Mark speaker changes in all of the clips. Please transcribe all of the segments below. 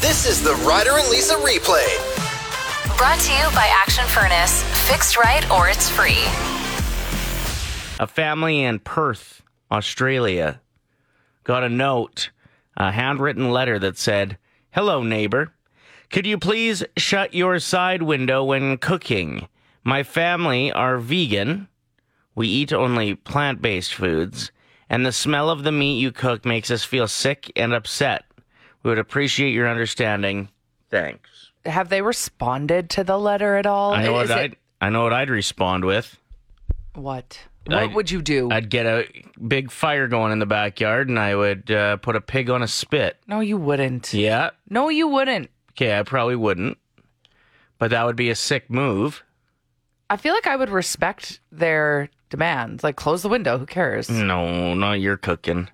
Speaker 1: This is the Ryder and Lisa replay.
Speaker 2: Brought to you by Action Furnace. Fixed right or it's free.
Speaker 3: A family in Perth, Australia, got a note, a handwritten letter that said, Hello, neighbor. Could you please shut your side window when cooking? My family are vegan. We eat only plant based foods, and the smell of the meat you cook makes us feel sick and upset. We would appreciate your understanding. Thanks.
Speaker 4: Have they responded to the letter at all?
Speaker 3: I know
Speaker 4: Is
Speaker 3: what
Speaker 4: it-
Speaker 3: I'd, I know what I'd respond with.
Speaker 4: What?
Speaker 3: I-
Speaker 4: What would you do?
Speaker 3: I'd get a big fire going in the backyard and I would uh, put a pig on a spit.
Speaker 4: no, you wouldn't.
Speaker 3: Yeah.
Speaker 4: No, you wouldn't.
Speaker 3: Okay, I probably wouldn't. But that would be a sick move.
Speaker 4: I feel like I would respect their demands. Like, close the window. Who cares?
Speaker 3: Mm. No, not your cooking.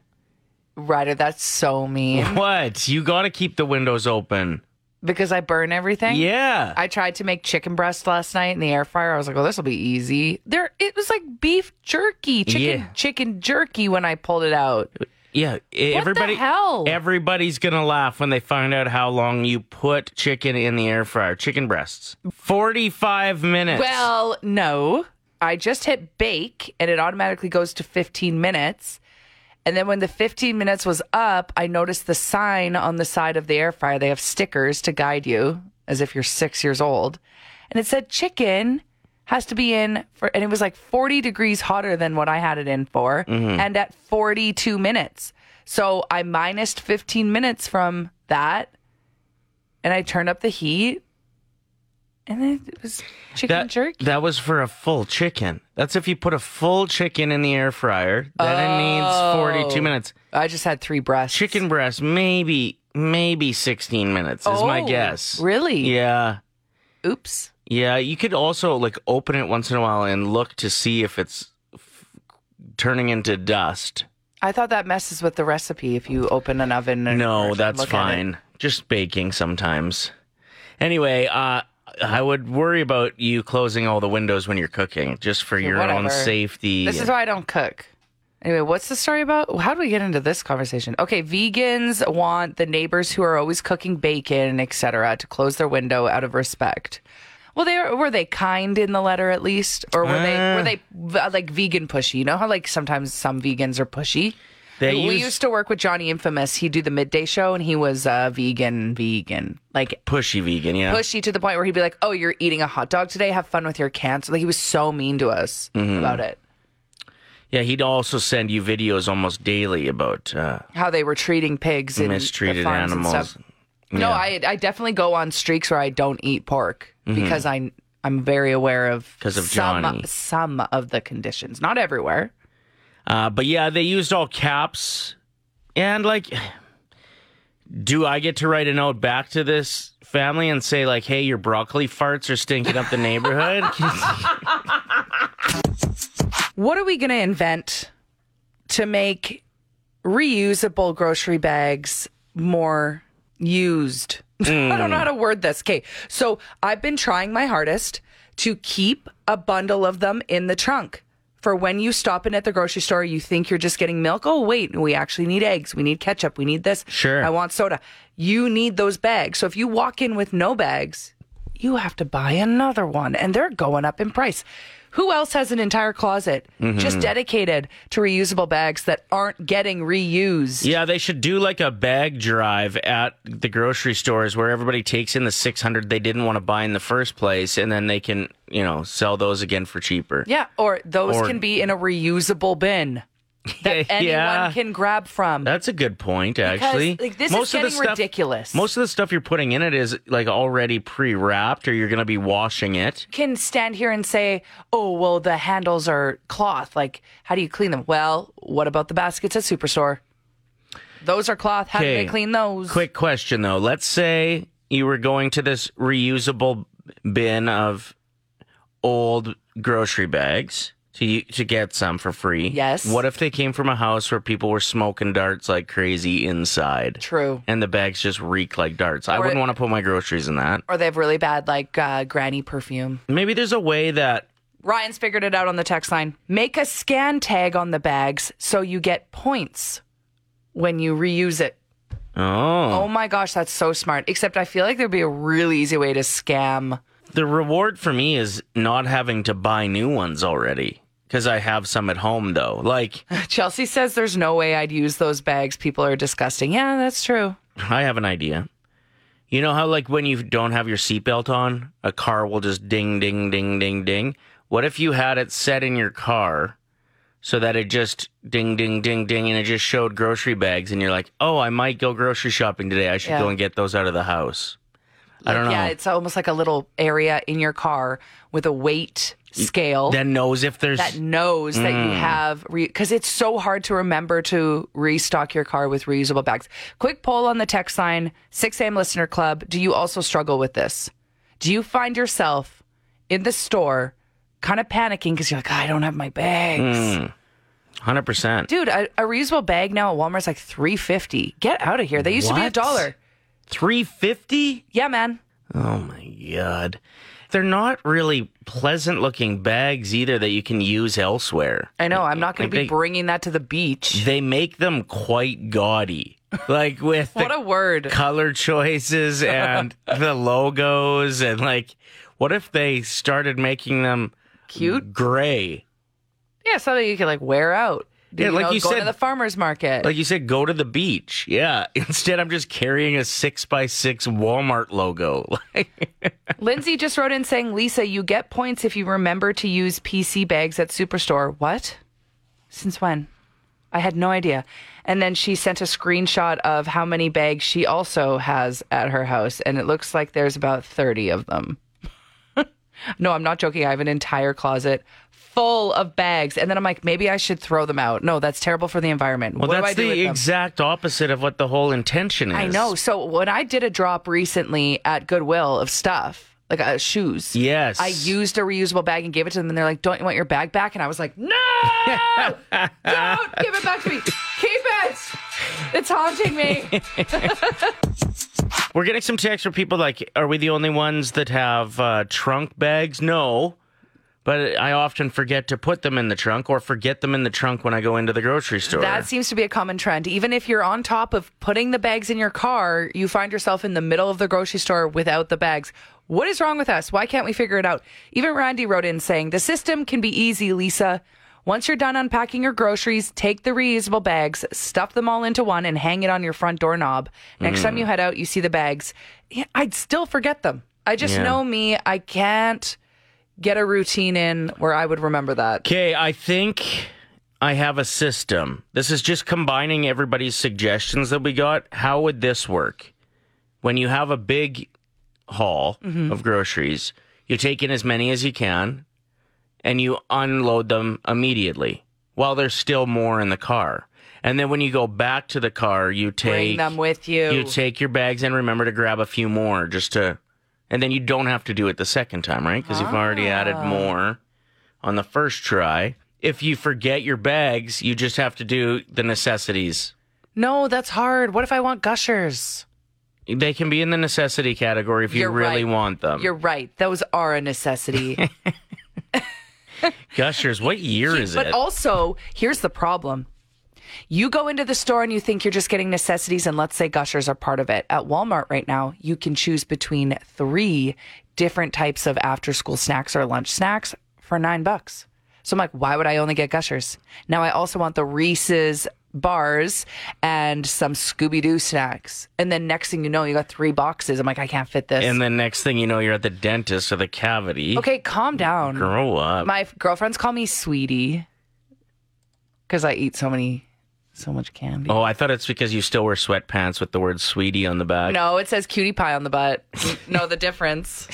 Speaker 4: Ryder, that's so mean.
Speaker 3: What? You got to keep the windows open.
Speaker 4: because I burn everything.
Speaker 3: Yeah.
Speaker 4: I tried to make chicken breast last night in the air fryer. I was like, "Oh, this will be easy." There, it was like beef jerky, chicken,
Speaker 3: Yeah.
Speaker 4: chicken jerky when I pulled it out.
Speaker 3: yeah, e-
Speaker 4: the
Speaker 3: everybody
Speaker 4: hell?
Speaker 3: everybody's going to laugh when they find out how long you put chicken in the air fryer, chicken breasts. 45 minutes.
Speaker 4: Well, no. I just hit bake and it automatically goes to 15 minutes. And then when the 15 minutes was up, I noticed the sign on the side of the air fryer. They have stickers to guide you as if you're six years old. And it said chicken has to be in for, and it was like 40 degrees hotter than what I had it in for
Speaker 3: Mm-hmm.
Speaker 4: and at 42 minutes. So I minused 15 minutes from that and I turned up the heat and then it was chicken
Speaker 3: that,
Speaker 4: jerky.
Speaker 3: That was for a full chicken. That's if you put a full chicken in the air fryer. Then it needs 42
Speaker 4: Oh.
Speaker 3: minutes.
Speaker 4: I just had three breasts.
Speaker 3: Chicken breast, maybe, maybe 16 minutes is my
Speaker 4: Oh,
Speaker 3: guess.
Speaker 4: Really?
Speaker 3: Yeah.
Speaker 4: Oops.
Speaker 3: Yeah. You could also like open it once in a while and look to see if it's f- turning into dust.
Speaker 4: I thought that messes with the recipe if you open an oven. And
Speaker 3: No,
Speaker 4: and
Speaker 3: that's
Speaker 4: look at it.
Speaker 3: fine. Just baking sometimes. Anyway, uh, I would worry about you closing all the windows when you're cooking, just for your own
Speaker 4: whatever.
Speaker 3: safety.
Speaker 4: This is why I don't cook. Anyway, what's the story about? How do we get into this conversation? Okay, vegans want the neighbors who are always cooking bacon, etc., to close their window out of respect. Well, they were, were they kind in the letter at least, or were they
Speaker 3: Ah.
Speaker 4: were they v- like vegan pushy? You know how like sometimes some vegans are pushy.
Speaker 3: They
Speaker 4: we
Speaker 3: use-
Speaker 4: used to work with Johnny Infamous. He'd do the midday show, and he was uh, vegan, vegan, like
Speaker 3: pushy vegan. Yeah.
Speaker 4: pushy to the point where he'd be like, "Oh, you're eating a hot dog today. Have fun with your cancer." Like he was so mean to us
Speaker 3: Mm-hmm.
Speaker 4: about it.
Speaker 3: Yeah, he'd also send you videos almost daily about uh,
Speaker 4: how they were treating pigs and
Speaker 3: mistreated
Speaker 4: farms
Speaker 3: animals.
Speaker 4: And stuff. No, I I definitely go on streaks where I don't eat pork because I I'm very aware of
Speaker 3: 'Cause Mm-hmm. of
Speaker 4: some
Speaker 3: Johnny.
Speaker 4: some of the conditions, not everywhere.
Speaker 3: Uh, but yeah, they used all caps. And like, do I get to write a note back to this family and say like, "Hey, your broccoli farts are stinking up the neighborhood"?
Speaker 4: What are we going to invent to make reusable grocery bags more used? I don't know how to word this. Okay. So I've been trying my hardest to keep a bundle of them in the trunk for when you stop in at the grocery store. You think you're just getting milk. Oh, wait, we actually need eggs. We need ketchup. We need this.
Speaker 3: Sure.
Speaker 4: I want soda. You need those bags. So if you walk in with no bags, you have to buy another one and they're going up in price. Who else has an entire closet
Speaker 3: Mm-hmm.
Speaker 4: just dedicated to reusable bags that aren't getting reused?
Speaker 3: yeah, they should do like a bag drive at the grocery stores where everybody takes in the six hundred they didn't want to buy in the first place, and then they can you know sell those again for cheaper.
Speaker 4: Yeah, or those
Speaker 3: Or- Eh,
Speaker 4: can be in a reusable bin that anyone
Speaker 3: Yeah.
Speaker 4: can grab from.
Speaker 3: That's a good point, actually.
Speaker 4: like, this is getting ridiculous.
Speaker 3: Most of the stuff you're putting in it is like already pre-wrapped, or you're going to be washing it.
Speaker 4: can stand here and say, "Oh, well, the handles are cloth. Like, how do you clean them?" Well, what about the baskets at Superstore? Those are cloth. How do they
Speaker 3: Okay,
Speaker 4: clean those?
Speaker 3: Quick question though: Let's say you were going to this reusable bin of old grocery bags to to get some for free.
Speaker 4: Yes.
Speaker 3: What if they came from a house where people were smoking darts like crazy inside?
Speaker 4: True.
Speaker 3: And the bags just reek like darts. I
Speaker 4: Or-
Speaker 3: wouldn't want to put my groceries in that.
Speaker 4: Or they have really bad like uh, granny perfume.
Speaker 3: Maybe there's a way that
Speaker 4: Ryan's figured it out on the text line. Make a scan tag on the bags so you get points when you reuse it.
Speaker 3: oh
Speaker 4: Oh my gosh, that's so smart. Except I feel like there'd be a really easy way to scam.
Speaker 3: The reward for me is not having to buy new ones already because I have some at home though. Like
Speaker 4: Chelsea says there's no way I'd use those bags. People are disgusting. Yeah, that's true.
Speaker 3: I have an idea. You know how like when you don't have your seatbelt on, a car will just ding ding ding ding ding. What if you had it set in your car so that it just ding ding ding ding and it just showed grocery bags and you're like, "Oh, I might go grocery shopping today. I should
Speaker 4: Yeah.
Speaker 3: go and get those out of the house." I don't know.
Speaker 4: Yeah, it's almost like a little area in your car with a weight scale.
Speaker 3: that knows if there's
Speaker 4: that knows that
Speaker 3: Mm.
Speaker 4: you have because it's so hard to remember to restock your car with reusable bags. Quick poll on the text line 6 a.m. listener club. Do you also struggle with this? Do you find yourself in the store kind of panicking because you're like, I don't have my bags?
Speaker 3: Mm. 100%.
Speaker 4: Dude, a, a reusable bag now at Walmart's like 350. Get out of here. They used to be a
Speaker 3: What?
Speaker 4: dollar.
Speaker 3: 350?
Speaker 4: Yeah, man.
Speaker 3: Oh my god. They're not really pleasant looking bags either that you can use elsewhere.
Speaker 4: I know. I'm not going
Speaker 3: Like
Speaker 4: to be
Speaker 3: they-
Speaker 4: bringing that to the beach.
Speaker 3: They make them quite gaudy. Like with
Speaker 4: What
Speaker 3: the
Speaker 4: a word.
Speaker 3: color choices and the logos and like what if they started making them
Speaker 4: Cute?
Speaker 3: gray?
Speaker 4: Yeah, something you can like wear out.
Speaker 3: Yeah, like
Speaker 4: know,
Speaker 3: you
Speaker 4: go to
Speaker 3: said-
Speaker 4: the farmer's market.
Speaker 3: Like you said, go to the beach. Yeah. Instead I'm just carrying a six by six Walmart logo. Like
Speaker 4: Lindsay just wrote in saying, Lisa, you get points if you remember to use PC bags at Superstore. What? Since when? I had no idea. And then she sent a screenshot of how many bags she also has at her house. And it looks like there's about 30 of them. no, I'm not joking. I have an entire closet full of bags. And then I'm like, maybe I should throw them out. No, that's terrible for the environment.
Speaker 3: well
Speaker 4: what
Speaker 3: that's
Speaker 4: do I do
Speaker 3: the
Speaker 4: with them?
Speaker 3: exact opposite of what the whole intention is.
Speaker 4: I know. So when I did a drop recently at Goodwill of stuff, like uh, shoes.
Speaker 3: Yes.
Speaker 4: I used a reusable bag and gave it to them, and they're like, "Don't you want your bag back?" And I was like, "No, don't give it back to me. Keep it. It's haunting me."
Speaker 3: We're getting some texts from people like, "Are we the only ones that have uh, trunk bags?" No, but I often forget to put them in the trunk or forget them in the trunk when I go into the grocery store.
Speaker 4: That seems to be a common trend. Even if you're on top of putting the bags in your car, you find yourself in the middle of the grocery store without the bags. What is wrong with us? Why can't we figure it out? Even Randy wrote in saying, The system can be easy, Lisa. Once you're done unpacking your groceries, take the reusable bags, stuff them all into one, and hang it on your front doorknob. Next
Speaker 3: Mm-hmm.
Speaker 4: time you head out, you see the bags. Yeah, I'd still forget them. I just
Speaker 3: Yeah.
Speaker 4: know me. I can't get a routine in where I would remember that.
Speaker 3: Okay, I think I have a system. This is just combining everybody's suggestions that we got. How would this work? When you have a big haul
Speaker 4: Mm-hmm.
Speaker 3: of groceries, you take in as many as you can and you unload them immediately while there's still more in the car. And then when you go back to the car, you take
Speaker 4: Bring them with
Speaker 3: you take your bags and remember to grab a few more just to and then you don't have to do it the second time right because you've already added
Speaker 4: Ah.
Speaker 3: more on the first try if you forget your bags you just have to do the necessities
Speaker 4: No, that's hard. What if I want gushers?
Speaker 3: they can be in the necessity category if you
Speaker 4: You're
Speaker 3: really
Speaker 4: right.
Speaker 3: want them
Speaker 4: You're right. Those are a necessity.
Speaker 3: gushers what year is
Speaker 4: but
Speaker 3: it
Speaker 4: also, here's the problem. You go into the store and you think you're just getting necessities, and let's say gushers are part of it. At Walmart right now, you can choose between three different types of after school snacks or lunch snacks for nine bucks. So I'm like, why would I only get gushers? Now I also want the Reese's bars and some Scooby Doo snacks. And then next thing you know, you got three boxes. I'm like, I can't fit this.
Speaker 3: and then next thing you know you're at the dentist or the cavity
Speaker 4: okay, calm down.
Speaker 3: grow up
Speaker 4: My f- girlfriends call me sweetie because I eat so many, so much candy.
Speaker 3: oh i thought it's because you still wear sweatpants with the word sweetie on the back
Speaker 4: No, it says cutie pie on the butt. know the difference.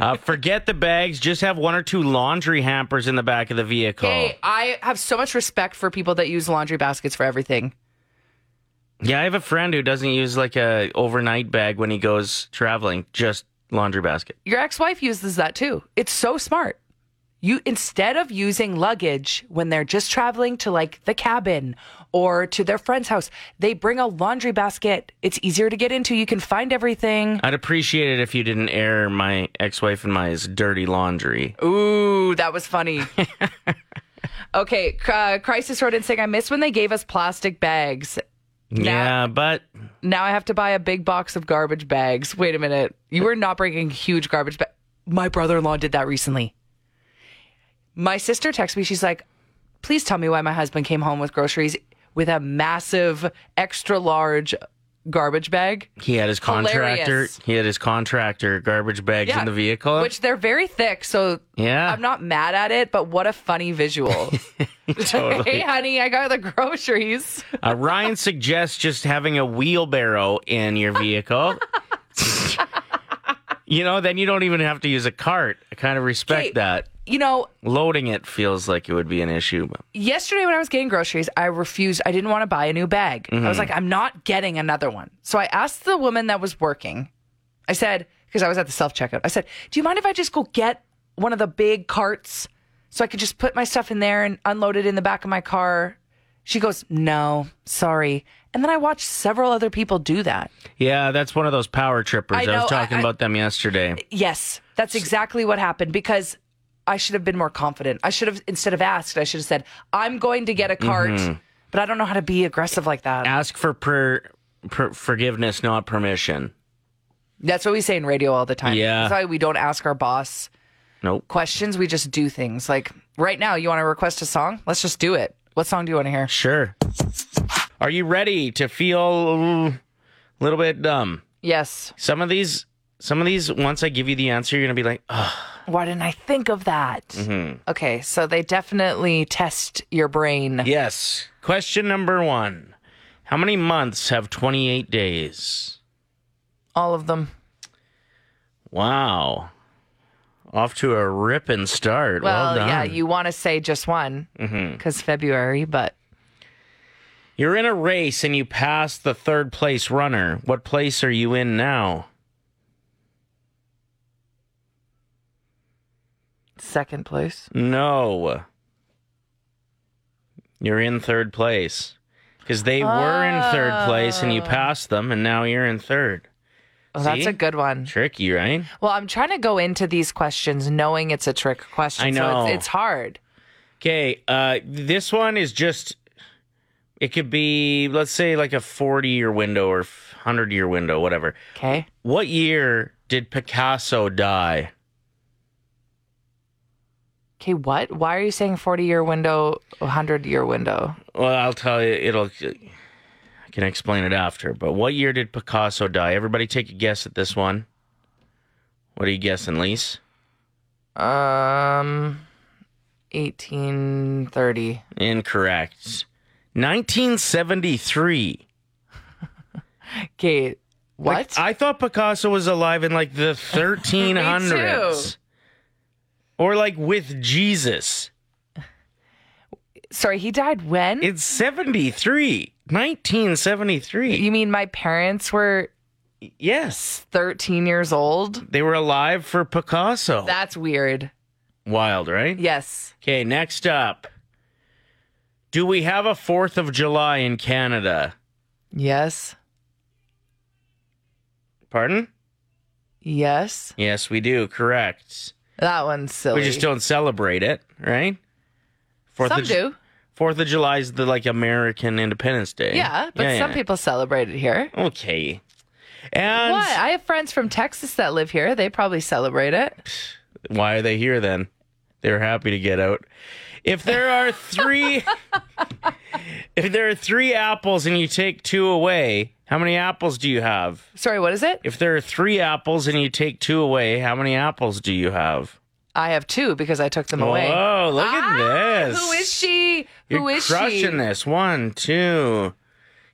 Speaker 3: uh, forget the bags just have one or two laundry hampers in the back of the vehicle
Speaker 4: Hey, I have so much respect for people that use laundry baskets for everything.
Speaker 3: Yeah, I have a friend who doesn't use like a overnight bag when he goes traveling, just laundry basket.
Speaker 4: Your ex-wife uses that too. It's so smart. You instead of using luggage when they're just traveling to like the cabin or to their friend's house, they bring a laundry basket. It's easier to get into. You can find everything.
Speaker 3: I'd appreciate it if you didn't air my ex-wife and my dirty laundry.
Speaker 4: Ooh, that was funny. okay, uh, Crisis wrote in saying, I miss when they gave us plastic bags.
Speaker 3: Yeah, but
Speaker 4: Now I have to buy a big box of garbage bags. Wait a minute. You were not bringing huge garbage bags. My brother in law did that recently. My sister texts me. She's like, please tell me why my husband came home with groceries with a massive, extra large garbage bag.
Speaker 3: He had his contractor.
Speaker 4: Hilarious.
Speaker 3: He had his contractor garbage bags in the vehicle.
Speaker 4: Which they're very thick. So
Speaker 3: Yeah.
Speaker 4: I'm not mad at it, but what a funny visual. hey, honey, I got the groceries.
Speaker 3: Uh, Ryan suggests just having a wheelbarrow in your vehicle. you know, then you don't even have to use a cart. I kind of respect
Speaker 4: Okay.
Speaker 3: that.
Speaker 4: You know,
Speaker 3: Loading it feels like it would be an issue. but-
Speaker 4: yesterday when I was getting groceries, I refused. I didn't want to buy a new bag. I was like, I'm not getting another one. So I asked the woman that was working. I said, because I was at the self checkout, I said, Do you mind if I just go get one of the big carts so I could just put my stuff in there and unload it in the back of my car? She goes, No, sorry. And then I watched several other people do that.
Speaker 3: Yeah, that's one of those power trippers. I,
Speaker 4: I know,
Speaker 3: was talking
Speaker 4: I- I-
Speaker 3: about them yesterday.
Speaker 4: Yes, that's exactly what happened because I should have been more confident. I should have, instead of asked, I should have said, I'm going to get a cart,
Speaker 3: Mm-hmm.
Speaker 4: but I don't know how to be aggressive like that.
Speaker 3: Ask for per, per, forgiveness, not permission.
Speaker 4: That's what we say in radio all the time.
Speaker 3: Yeah.
Speaker 4: That's why we don't ask our boss
Speaker 3: Nope.
Speaker 4: questions. We just do things. Like right now, you want to request a song? Let's just do it. What song do you want to hear?
Speaker 3: Sure. Are you ready to feel a little bit dumb?
Speaker 4: Yes.
Speaker 3: Some of these, some of these. Once I give you the answer, you're gonna be like, oh,
Speaker 4: Why didn't I think of that?
Speaker 3: Mm-hmm.
Speaker 4: Okay, so they definitely test your brain.
Speaker 3: Yes. Question number one How many months have 28 days?
Speaker 4: All of them.
Speaker 3: Wow. Off to a ripping start. Well,
Speaker 4: Well,
Speaker 3: done. Mm-hmm.
Speaker 4: yeah, you want to say just one because February, but
Speaker 3: You're in a race and you pass the third place runner. What place are you in now?
Speaker 4: second place.
Speaker 3: No. You're in third place. Because they were in third place and you passed them, and now you're in third.
Speaker 4: Oh, that's
Speaker 3: See?
Speaker 4: a good one.
Speaker 3: Tricky, right?
Speaker 4: Well, I'm trying to go into these questions knowing it's a trick question.
Speaker 3: I
Speaker 4: So
Speaker 3: know.
Speaker 4: it's, it's hard.
Speaker 3: Okay, uh, this one is just. It could be, let's say, like a forty-year window or hundred-year window, whatever.
Speaker 4: Okay.
Speaker 3: What year did Picasso die?
Speaker 4: Okay, what? Why are you saying 40 year window, 100 year window?
Speaker 3: Well, I'll tell you. It'll. I can explain it after. But what year did Picasso die? Everybody, take a guess at this one. What are you guessing, Lise?
Speaker 4: Um, 1830.
Speaker 3: Incorrect. Nineteen seventy-three.
Speaker 4: Okay, what?
Speaker 3: I thought Picasso was alive in like the 1300s. or like with Jesus.
Speaker 4: Sorry, he died when?
Speaker 3: It's 73. 1973.
Speaker 4: you mean my parents were
Speaker 3: yes.
Speaker 4: 13 years old?
Speaker 3: They were alive for Picasso.
Speaker 4: That's weird.
Speaker 3: Wild, right?
Speaker 4: Yes.
Speaker 3: Okay, next up. Do we have a 4th of July in Canada?
Speaker 4: Yes.
Speaker 3: Pardon?
Speaker 4: Yes.
Speaker 3: Yes, we do. Correct.
Speaker 4: That one's silly.
Speaker 3: We just don't celebrate it, right? Fourth
Speaker 4: Some
Speaker 3: of,
Speaker 4: do.
Speaker 3: Fourth of July is the like American Independence Day.
Speaker 4: Yeah, but some people celebrate it here.
Speaker 3: Okay. And
Speaker 4: What? I have friends from Texas that live here. They probably celebrate it.
Speaker 3: why are they here then? They're happy to get out. If there are three if there are three apples and you take two away, how many apples do you have?
Speaker 4: Sorry, what is it?
Speaker 3: If there are three apples and you take two away, how many apples do you have?
Speaker 4: I have two because I took them away.
Speaker 3: Whoa, look
Speaker 4: Ah,
Speaker 3: at this.
Speaker 4: Who is she?
Speaker 3: You're
Speaker 4: who is
Speaker 3: crushing
Speaker 4: she?
Speaker 3: this. One, two.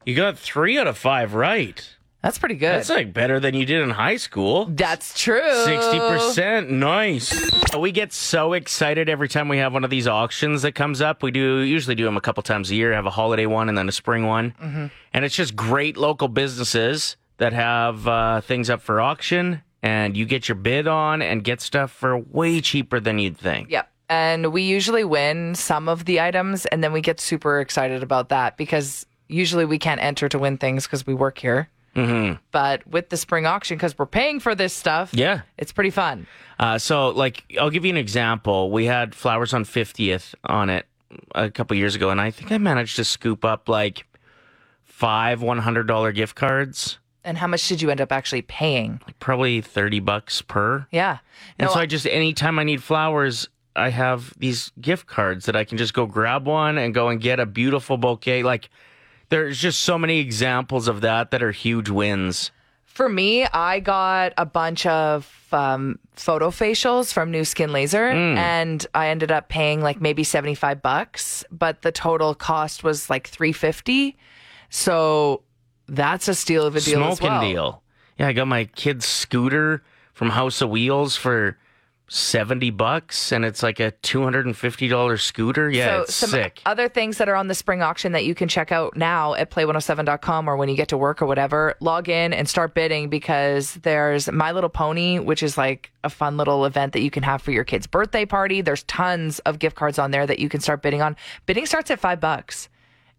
Speaker 3: You got three out of five right.
Speaker 4: That's pretty good.
Speaker 3: That's like better than you did in high school.
Speaker 4: That's true.
Speaker 3: Sixty percent, nice. We get so excited every time we have one of these auctions that comes up. We do usually do them a couple times a year. Have a holiday one and then a spring one, and it's just great local businesses that have uh, things up for auction, and you get your bid on and get stuff for way cheaper than you'd think.
Speaker 4: Yep. And we usually win some of the items, and then we get super excited about that because usually we can't enter to win things because we work here. Mm-hmm. But with the spring auction, because we're paying for this stuff,
Speaker 3: Yeah.
Speaker 4: it's pretty fun.
Speaker 3: Uh, so, like, I'll give you an example. We had flowers on 50th on it a couple years ago, and I think I managed to scoop up like five $100 gift cards,
Speaker 4: And how much did you end up actually paying?
Speaker 3: like probably 30 bucks per.
Speaker 4: Yeah.
Speaker 3: And
Speaker 4: No,
Speaker 3: so I just, anytime I need flowers, I have these gift cards that I can just go grab one and go and get a beautiful bouquet. Like, there's just so many examples of that that are huge wins.
Speaker 4: For me, I got a bunch of um, photo facials from New Skin Laser, and I ended up paying like maybe seventy five bucks, but the total cost was like three fifty. So that's a steal of a deal. as
Speaker 3: Smoking
Speaker 4: well.
Speaker 3: deal. Yeah, I got my kid's scooter from House of Wheels for 70 bucks and it's like a $250 scooter. Yeah,
Speaker 4: so
Speaker 3: it's
Speaker 4: some
Speaker 3: sick.
Speaker 4: other things that are on the spring auction that you can check out now at play107.com or when you get to work or whatever log in and start bidding because there's my little pony which is like a fun little event that you can have for your kid's birthday party there's tons of gift cards on there that you can start bidding on bidding starts at five bucks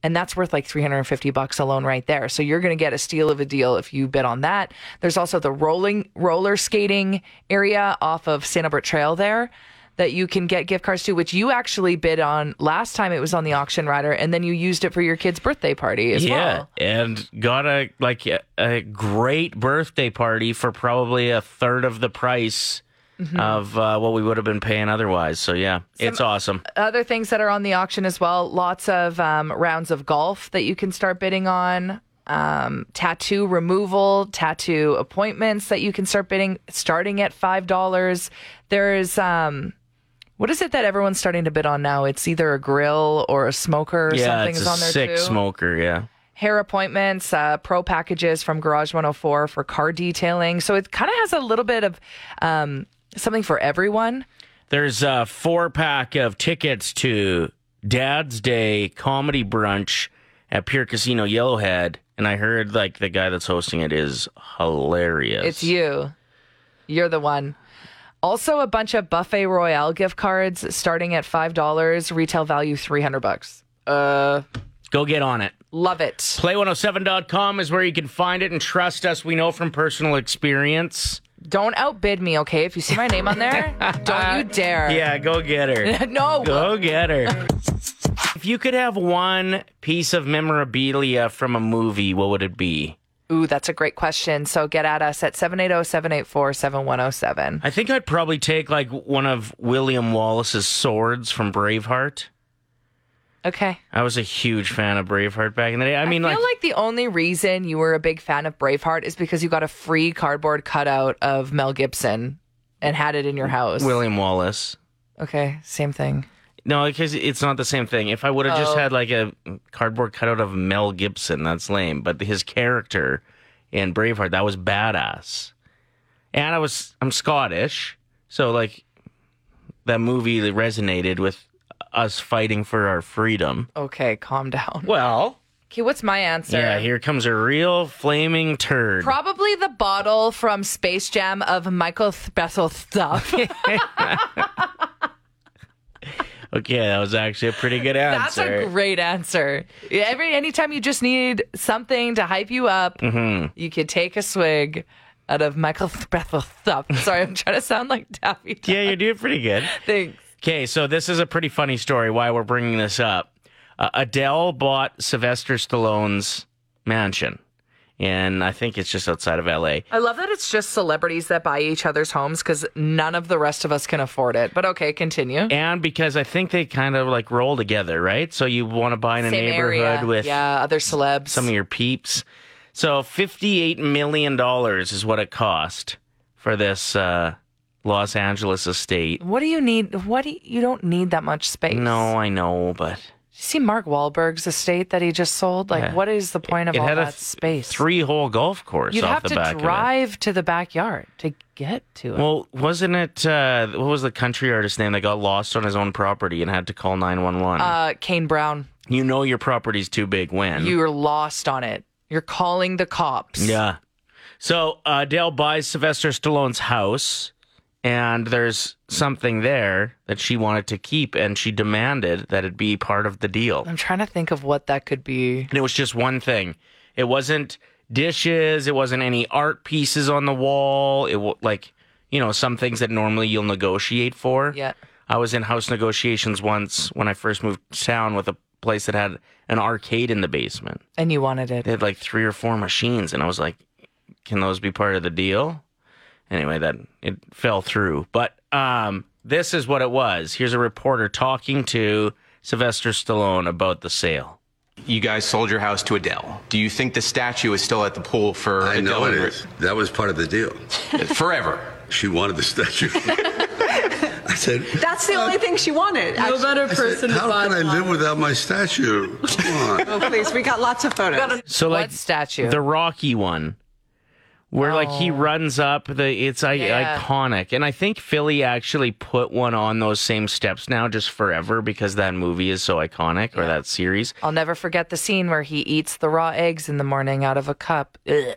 Speaker 4: and that's worth like 350 bucks alone right there so you're going to get a steal of a deal if you bid on that there's also the rolling roller skating area off of santa barbara trail there that you can get gift cards to which you actually bid on last time it was on the auction rider and then you used it for your kid's birthday party as
Speaker 3: yeah,
Speaker 4: well
Speaker 3: and got a like a, a great birthday party for probably a third of the price
Speaker 4: Mm-hmm.
Speaker 3: of uh, what we would have been paying otherwise. So yeah, it's awesome.
Speaker 4: other things that are on the auction as well lots of um, rounds of golf that you can start bidding on um, tattoo removal tattoo appointments that you can start bidding starting at five dollars there's um what is it that everyone's starting to bid on now it's either a grill or a smoker or
Speaker 3: yeah,
Speaker 4: something
Speaker 3: it's
Speaker 4: is
Speaker 3: a
Speaker 4: on there
Speaker 3: sick
Speaker 4: too
Speaker 3: smoker. Yeah,
Speaker 4: hair appointments, uh, pro packages from Garage 104 for car detailing. So it kind of has a little bit of um, something for everyone.
Speaker 3: there's a four pack of tickets to Dad's Day comedy brunch at Pure Casino Yellowhead, and I heard like the guy that's hosting it is hilarious.
Speaker 4: It's you. You're the one. Also, a bunch of Buffet Royale gift cards starting at $5, retail value 300 bucks. Uh,
Speaker 3: Go get on it.
Speaker 4: love it.
Speaker 3: Play107.com is where you can find it and trust us. We know from personal experience.
Speaker 4: Don't outbid me, okay? If you see my name on there, don't you dare.
Speaker 3: Yeah, go get her.
Speaker 4: No.
Speaker 3: go get her. If you could have one piece of memorabilia from a movie, what would it be?
Speaker 4: Ooh, that's a great question. So get at us at 780 784 7107.
Speaker 3: I think I'd probably take like one of William Wallace's swords from Braveheart.
Speaker 4: Okay.
Speaker 3: I was a huge fan of Braveheart back in the day. I
Speaker 4: I
Speaker 3: mean,
Speaker 4: feel
Speaker 3: like,
Speaker 4: like, the only reason you were a big fan of Braveheart is because you got a free cardboard cutout of Mel Gibson and had it in your house.
Speaker 3: William Wallace.
Speaker 4: Okay, same thing.
Speaker 3: No, because it's not the same thing. If I would have just
Speaker 4: Oh.
Speaker 3: had like a cardboard cutout of Mel Gibson, that's lame. But his character in Braveheart, that was badass. And I was, I'm Scottish, so like that movie that resonated with us fighting for our freedom.
Speaker 4: Okay, calm down.
Speaker 3: Well,
Speaker 4: Okay, what's my answer?
Speaker 3: yeah, here comes a real flaming turd.
Speaker 4: Probably the bottle from Space Jam of Michael Bethel stuff.
Speaker 3: okay, that was actually a pretty good answer.
Speaker 4: That's a great answer. Every anytime you just need something to hype you up,
Speaker 3: Mm-hmm.
Speaker 4: you could take a swig out of Michael Bethel stuff. Sorry, I'm trying to sound like Daffy. Duck.
Speaker 3: yeah, you're doing pretty good.
Speaker 4: Thanks.
Speaker 3: Okay, so this is a pretty funny story. Why we're bringing this up? Uh, Adele bought Sylvester Stallone's mansion, and I think it's just outside of L.A.
Speaker 4: I love that it's just celebrities that buy each other's homes because none of the rest of us can afford it. But okay, continue.
Speaker 3: And because I think they kind of like roll together, right? So you want to buy in a neighborhood with
Speaker 4: yeah, other celebs.
Speaker 3: some of your peeps. So fifty-eight million dollars is what it cost for this uh, Los Angeles estate.
Speaker 4: what do you need? What do you, you don't need that much space?
Speaker 3: No, I know, but
Speaker 4: You see Mark Wahlberg's estate that he just sold. Like,
Speaker 3: Yeah.
Speaker 4: what is the point of
Speaker 3: it
Speaker 4: all
Speaker 3: had a
Speaker 4: that
Speaker 3: th-
Speaker 4: space?
Speaker 3: three-hole golf course
Speaker 4: You'd
Speaker 3: off
Speaker 4: have
Speaker 3: the
Speaker 4: to
Speaker 3: back of it.
Speaker 4: drive to the backyard to get to it.
Speaker 3: Well, wasn't it uh, what was the country artist name that got lost on his own property and had to call nine one one?
Speaker 4: uh, Kane Brown,
Speaker 3: You know your property's too big when.
Speaker 4: you're lost on it. You're calling the cops.
Speaker 3: yeah. So uh, Dale buys Sylvester Stallone's house, and there's something there that she wanted to keep, and she demanded that it be part of the deal.
Speaker 4: I'm trying to think of what that could be.
Speaker 3: And it was just one thing. It wasn't dishes. It wasn't any art pieces on the wall. It wa- like you know some things that normally you'll negotiate for.
Speaker 4: Yeah.
Speaker 3: I was in house negotiations once when I first moved to town with a place that had an arcade in the basement.
Speaker 4: And you wanted it.
Speaker 3: They had like three or four machines, and I was like, "Can those be part of the deal?" Anyway, that it fell through. But um, this is what it was. Here's a reporter talking to Sylvester Stallone about the sale.
Speaker 5: You guys sold your house to Adele. Do you think the statue is still at the pool for
Speaker 6: I
Speaker 5: Adele
Speaker 6: know it
Speaker 5: and
Speaker 6: is. That was part of the deal.
Speaker 5: Ri- forever?
Speaker 6: She wanted the statue. I said,
Speaker 7: That's the only thing she wanted.
Speaker 8: No better person to
Speaker 6: how
Speaker 8: buy
Speaker 6: can I live without my statue? Come on.
Speaker 7: Oh, please, we got lots of photos.
Speaker 3: So
Speaker 4: what
Speaker 3: like
Speaker 4: statue? Oh.
Speaker 3: the Rocky one, where like he runs up the it's I-
Speaker 4: Yeah.
Speaker 3: iconic, and I think Philly actually put one on those same steps now, just forever because that movie is so iconic or that series.
Speaker 4: I'll never forget the scene where he eats the raw eggs in the morning out of a cup. Ugh.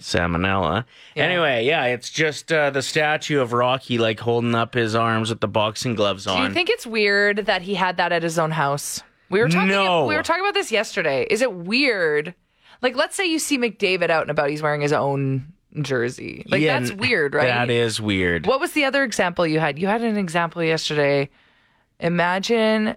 Speaker 3: salmonella. Anyway, yeah, it's just uh, the statue of Rocky like holding up his arms with the boxing gloves
Speaker 4: Do
Speaker 3: on.
Speaker 4: you think it's weird that he had that at his own house? We were talking.
Speaker 3: No.
Speaker 4: We were talking about this yesterday. Is it weird? Like, let's say you see McDavid out and about. He's wearing his own jersey. Like
Speaker 3: Yeah,
Speaker 4: that's weird, right?
Speaker 3: That is weird.
Speaker 4: What was the other example you had? You had an example yesterday. Imagine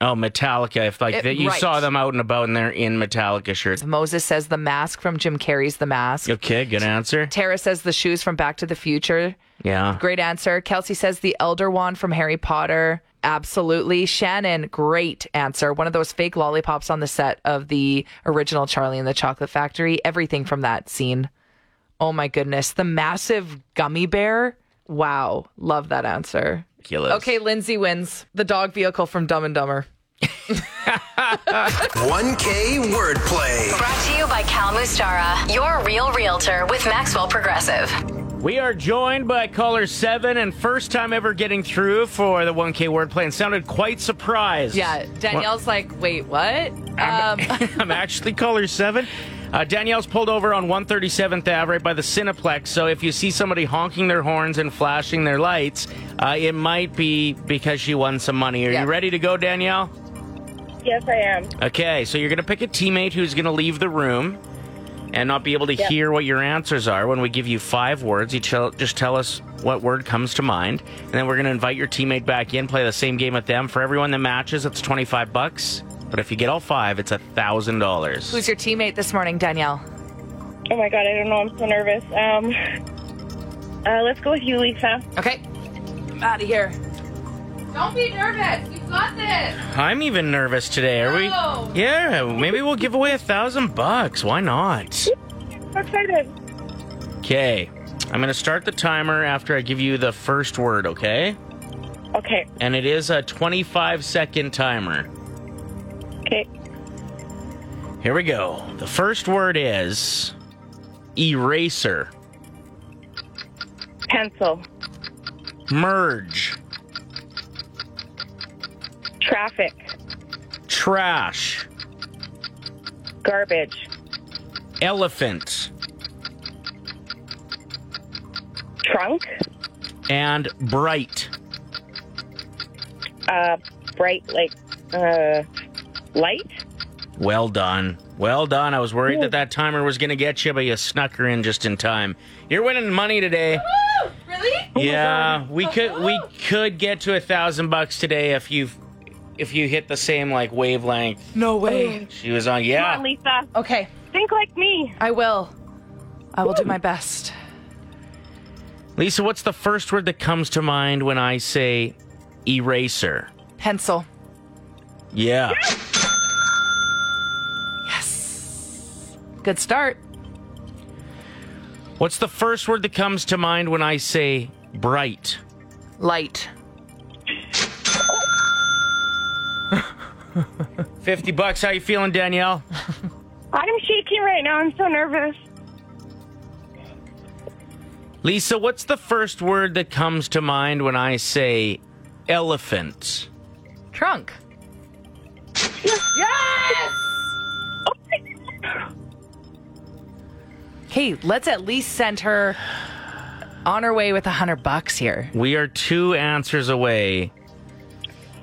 Speaker 3: Oh, Metallica! If like
Speaker 4: It-
Speaker 3: that, you
Speaker 4: right.
Speaker 3: saw them out and about and they're in Metallica shirts.
Speaker 4: Moses says the mask from Jim Carrey's The Mask.
Speaker 3: Okay, good answer.
Speaker 4: Tara says the shoes from Back to the Future.
Speaker 3: Yeah,
Speaker 4: Great answer. Kelsey says the Elder Wand from Harry Potter. Absolutely. Shannon, great answer. One of those fake lollipops on the set of the original Charlie and the Chocolate Factory. Everything from that scene. Oh my goodness. The massive gummy bear. Wow. Love that answer.
Speaker 3: ridiculous.
Speaker 4: Okay, Lindsay wins the dog vehicle from Dumb and Dumber.
Speaker 1: 1K wordplay.
Speaker 2: Brought to you by Cal Mustara, your real realtor with Maxwell Progressive.
Speaker 3: we are joined by caller seven and first time ever getting through for the 1K wordplay and sounded quite surprised.
Speaker 4: Yeah. Danielle's like, wait, what? Um,
Speaker 3: I'm actually caller seven. Uh, Danielle's pulled over on 137th Ave right by the Cineplex. So if you see somebody honking their horns and flashing their lights, uh, it might be because she won some money. Are
Speaker 4: Yeah.
Speaker 3: you ready to go, Danielle?
Speaker 9: Yes, I am.
Speaker 3: Okay, so you're going to pick a teammate who's going to leave the room and not be able to hear what your answers are. When we give you five words, you tell, just tell us what word comes to mind, and then we're going to invite your teammate back in, play the same game with them. For everyone that matches, it's 25 bucks. But if you get all five, it's a thousand dollars.
Speaker 4: who's your teammate this morning, Danielle?
Speaker 9: Oh my god, I don't know. I'm so nervous. Um, uh, let's go with you, Lisa.
Speaker 4: Okay. I'm out of here. Don't be nervous. You've got this.
Speaker 3: I'm even nervous today. Are
Speaker 4: No.
Speaker 3: we? Yeah, maybe we'll give away a thousand bucks. Why not?
Speaker 9: So excited.
Speaker 3: Okay, I'm gonna start the timer after I give you the first word. Okay,
Speaker 9: Okay.
Speaker 3: and it is a 25 second timer.
Speaker 9: Okay.
Speaker 3: Here we go. The first word is eraser,
Speaker 9: Pencil.
Speaker 3: merge,
Speaker 9: Traffic.
Speaker 3: trash,
Speaker 9: Garbage.
Speaker 3: elephant,
Speaker 9: Trunk.
Speaker 3: and bright.
Speaker 9: Uh, bright like uh, light.
Speaker 3: Well done. Well done. I was worried that that timer was going to get you, but you snuck her in just in time. You're winning money today.
Speaker 9: Oh
Speaker 8: Really?
Speaker 3: yeah, we could we could get to a thousand bucks today if you if you hit the same like wavelength
Speaker 4: No way.
Speaker 3: she was on.
Speaker 9: Come on,
Speaker 3: Yeah,
Speaker 9: Lisa.
Speaker 4: Okay.
Speaker 9: Think like me.
Speaker 4: I will. I will do my best.
Speaker 3: Lisa, what's the first word that comes to mind when I say eraser?
Speaker 4: Pencil.
Speaker 3: Yeah.
Speaker 4: Good start.
Speaker 3: What's the first word that comes to mind when I say bright?
Speaker 4: Light.
Speaker 3: 50 bucks. How you feeling, Danielle?
Speaker 9: I'm shaking right now. I'm so nervous.
Speaker 3: Lisa, what's the first word that comes to mind when I say elephant?
Speaker 4: Trunk. yes! Okay, let's at least send her on her way with a hundred bucks here.
Speaker 3: We are two answers away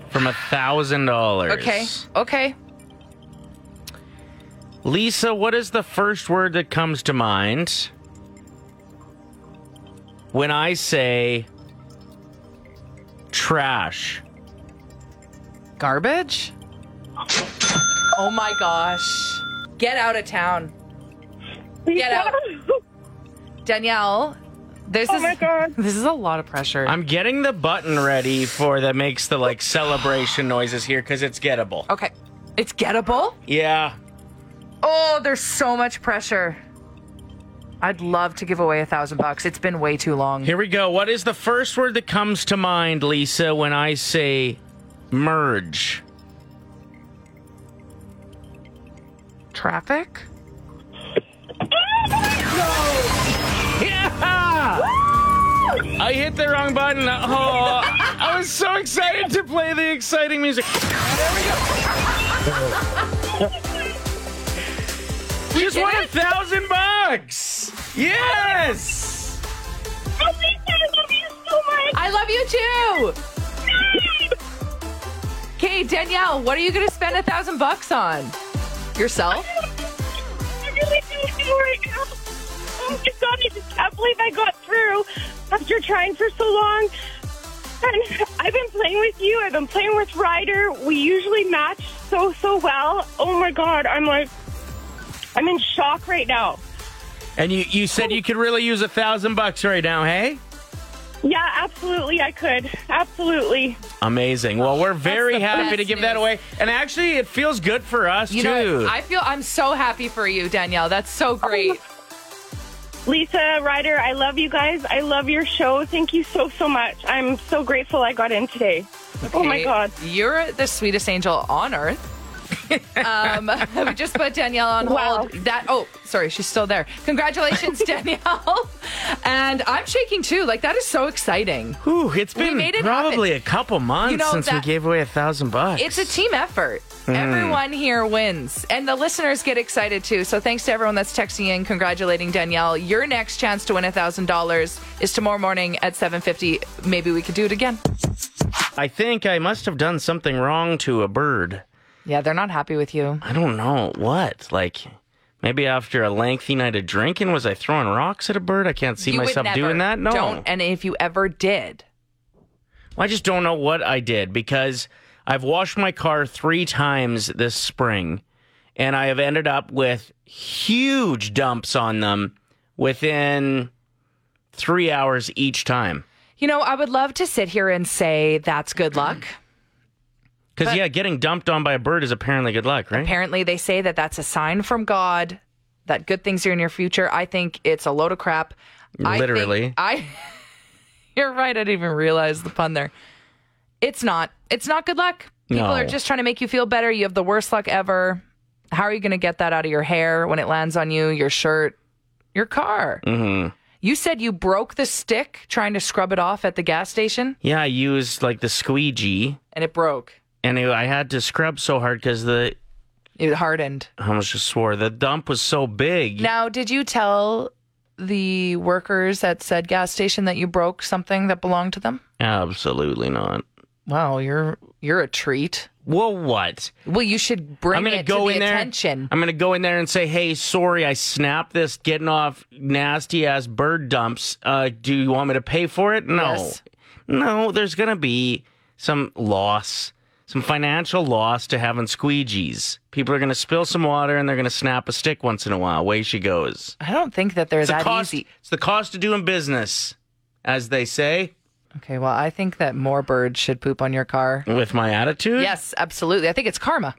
Speaker 3: from a thousand dollars.
Speaker 4: Okay. Okay.
Speaker 3: Lisa, what is the first word that comes to mind when I say trash?
Speaker 4: Garbage? Oh my gosh. Get out of town. Get out. Danielle, this
Speaker 9: Oh
Speaker 4: is
Speaker 9: my God.
Speaker 4: this is a lot of pressure.
Speaker 3: I'm getting the button ready for that makes the like celebration noises here because it's gettable.
Speaker 4: okay. It's gettable?
Speaker 3: Yeah.
Speaker 4: Oh, there's so much pressure. I'd love to give away a thousand bucks. It's been way too long.
Speaker 3: Here we go. What is the first word that comes to mind, Lisa, when I say merge?
Speaker 4: Traffic?
Speaker 3: Yeah! I hit the wrong button. Oh, I was so excited to play the exciting music. There we go. we just won a thousand bucks. Yes.
Speaker 9: Oh, Lisa, I love you so much.
Speaker 4: I love you too. Okay, Danielle, what are you gonna spend a thousand bucks on? Yourself?
Speaker 9: I really don't know right now. Oh my god, I just can't believe I got through after trying for so long. And I've been playing with you. I've been playing with Ryder. We usually match so so well. Oh my god, I'm like, I'm in shock right now.
Speaker 3: And you, you said you could really use a thousand bucks right now, hey?
Speaker 9: Yeah, absolutely, I could. Absolutely.
Speaker 3: Amazing. Well, we're very
Speaker 8: the
Speaker 3: happy
Speaker 8: best
Speaker 3: to give that
Speaker 8: news.
Speaker 3: away. And actually, it feels good for us,
Speaker 4: You
Speaker 3: too.
Speaker 4: know, I feel I'm so happy for you, Danielle. That's so great.
Speaker 9: Lisa, Ryder, I love you guys. I love your show. Thank you so so much. I'm so grateful I got in today. Oh my
Speaker 4: Okay,
Speaker 9: god.
Speaker 4: You're the sweetest angel on earth. um, we just put Danielle on
Speaker 9: Wow.
Speaker 4: hold. That oh, sorry, she's still there. Congratulations, Danielle. And I'm shaking too. Like that is so exciting.
Speaker 3: Whew, it's been
Speaker 4: made it
Speaker 3: probably
Speaker 4: happen.
Speaker 3: a couple months
Speaker 4: know,
Speaker 3: since we
Speaker 4: that-
Speaker 3: gave away a thousand bucks.
Speaker 4: It's a team effort.
Speaker 3: Hmm.
Speaker 4: Everyone here wins, and the listeners get excited too. So thanks to everyone that's texting in, congratulating Danielle. Your next chance to win thousand dollars is tomorrow morning at seven fifty. Maybe we could do it again.
Speaker 3: I think I must have done something wrong to a bird.
Speaker 4: Yeah, they're not happy with you.
Speaker 3: I don't know what. Like maybe after a lengthy night of drinking, was I throwing rocks at a bird? I can't see
Speaker 4: You would
Speaker 3: myself
Speaker 4: never.
Speaker 3: doing that. No,
Speaker 4: Don't. And if you ever did,
Speaker 3: I just don't know what I did because I've washed my car three times this spring, and I have ended up with huge dumps on them within three hours each time.
Speaker 4: You know, I would love to sit here and say that's good luck.
Speaker 3: Because yeah, getting dumped on by a bird is apparently good luck, right?
Speaker 4: Apparently, they say that that's a sign from God that good things are in your future. I think it's a load of crap. I think-
Speaker 3: Literally.
Speaker 4: I. You're right. I didn't even realize the pun there. It's not. It's not good luck. People
Speaker 3: No.
Speaker 4: are just trying to make you feel better. You have the worst luck ever. How are you going to get that out of your hair when it lands on you, your shirt, your car? Mm-hmm. You said you broke the stick trying to scrub it off at the gas station,
Speaker 3: yeah, I used like the squeegee,
Speaker 4: and it broke.
Speaker 3: and it, I had to scrub so hard because the
Speaker 4: It hardened.
Speaker 3: I almost just swore the dump was so big.
Speaker 4: Now, did you tell the workers at said gas station that you broke something that belonged to them?
Speaker 3: Absolutely not.
Speaker 4: Wow, you're you're a treat.
Speaker 3: Well, what?
Speaker 4: Well, you should bring
Speaker 3: I'm gonna
Speaker 4: it
Speaker 3: go
Speaker 4: to the
Speaker 3: in there.
Speaker 4: attention.
Speaker 3: I'm gonna go in there and say, "Hey, sorry, I snapped this getting off nasty ass bird dumps. Uh, do you want me to pay for it? No,
Speaker 4: Yes.
Speaker 3: no. There's gonna be some loss, some financial loss to having squeegees. People are gonna spill some water and they're gonna snap a stick once in a while. Away she goes.
Speaker 4: I don't think that they're
Speaker 3: the
Speaker 4: that
Speaker 3: cost.
Speaker 4: easy.
Speaker 3: It's the cost of doing business, as they say.
Speaker 4: Okay, well, I think that more birds should poop on your car.
Speaker 3: With my attitude,
Speaker 4: Yes, absolutely. I think it's karma.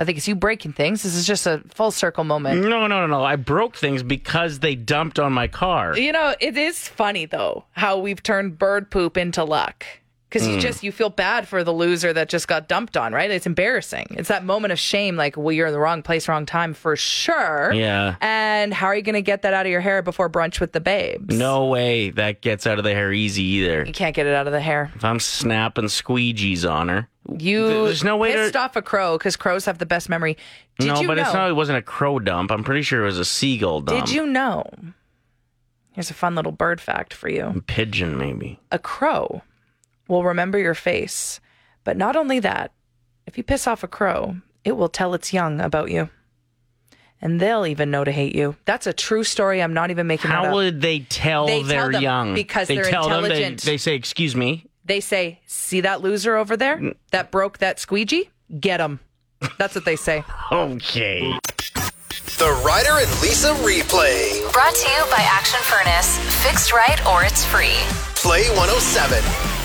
Speaker 4: I think it's you breaking things. This is just a full circle moment.
Speaker 3: No, no, no, no. I broke things because they dumped on my car.
Speaker 4: You know, it is funny though how we've turned bird poop into luck. Because
Speaker 3: Hmm.
Speaker 4: you just you feel bad for the loser that just got dumped on, right? It's embarrassing. It's that moment of shame, like, well, you're in the wrong place, wrong time for sure.
Speaker 3: Yeah.
Speaker 4: And how are you gonna get that out of your hair before brunch with the babes?
Speaker 3: No way that gets out of the hair easy either.
Speaker 4: You can't get it out of the hair.
Speaker 3: If I'm snapping squeegees on her.
Speaker 4: You
Speaker 3: There's no way to-
Speaker 4: pissed off a crow because crows have the best memory. Did
Speaker 3: no,
Speaker 4: you
Speaker 3: but
Speaker 4: know?
Speaker 3: it's not. It wasn't a crow dump. I'm pretty sure it was a seagull dump.
Speaker 4: Did you know? Here's a fun little bird fact for you.
Speaker 3: Pigeon, maybe.
Speaker 4: a crow will remember your face. But not only that, if you piss off a crow, it will tell its young about you. And they'll even know to hate you. That's a true story. I'm not even making that
Speaker 3: How
Speaker 4: up.
Speaker 3: would they tell
Speaker 4: They tell
Speaker 3: they're
Speaker 4: them
Speaker 3: young?
Speaker 4: because
Speaker 3: they
Speaker 4: they're
Speaker 3: tell
Speaker 4: intelligent.
Speaker 3: them. They, they say, "Excuse me."
Speaker 4: they say, "See that loser over there that broke that squeegee? Get him." That's what they say.
Speaker 3: Okay.
Speaker 1: The Ryder and Lisa replay. oh
Speaker 2: Brought to you by Action Furnace. Fixed right or it's free.
Speaker 1: Play 107.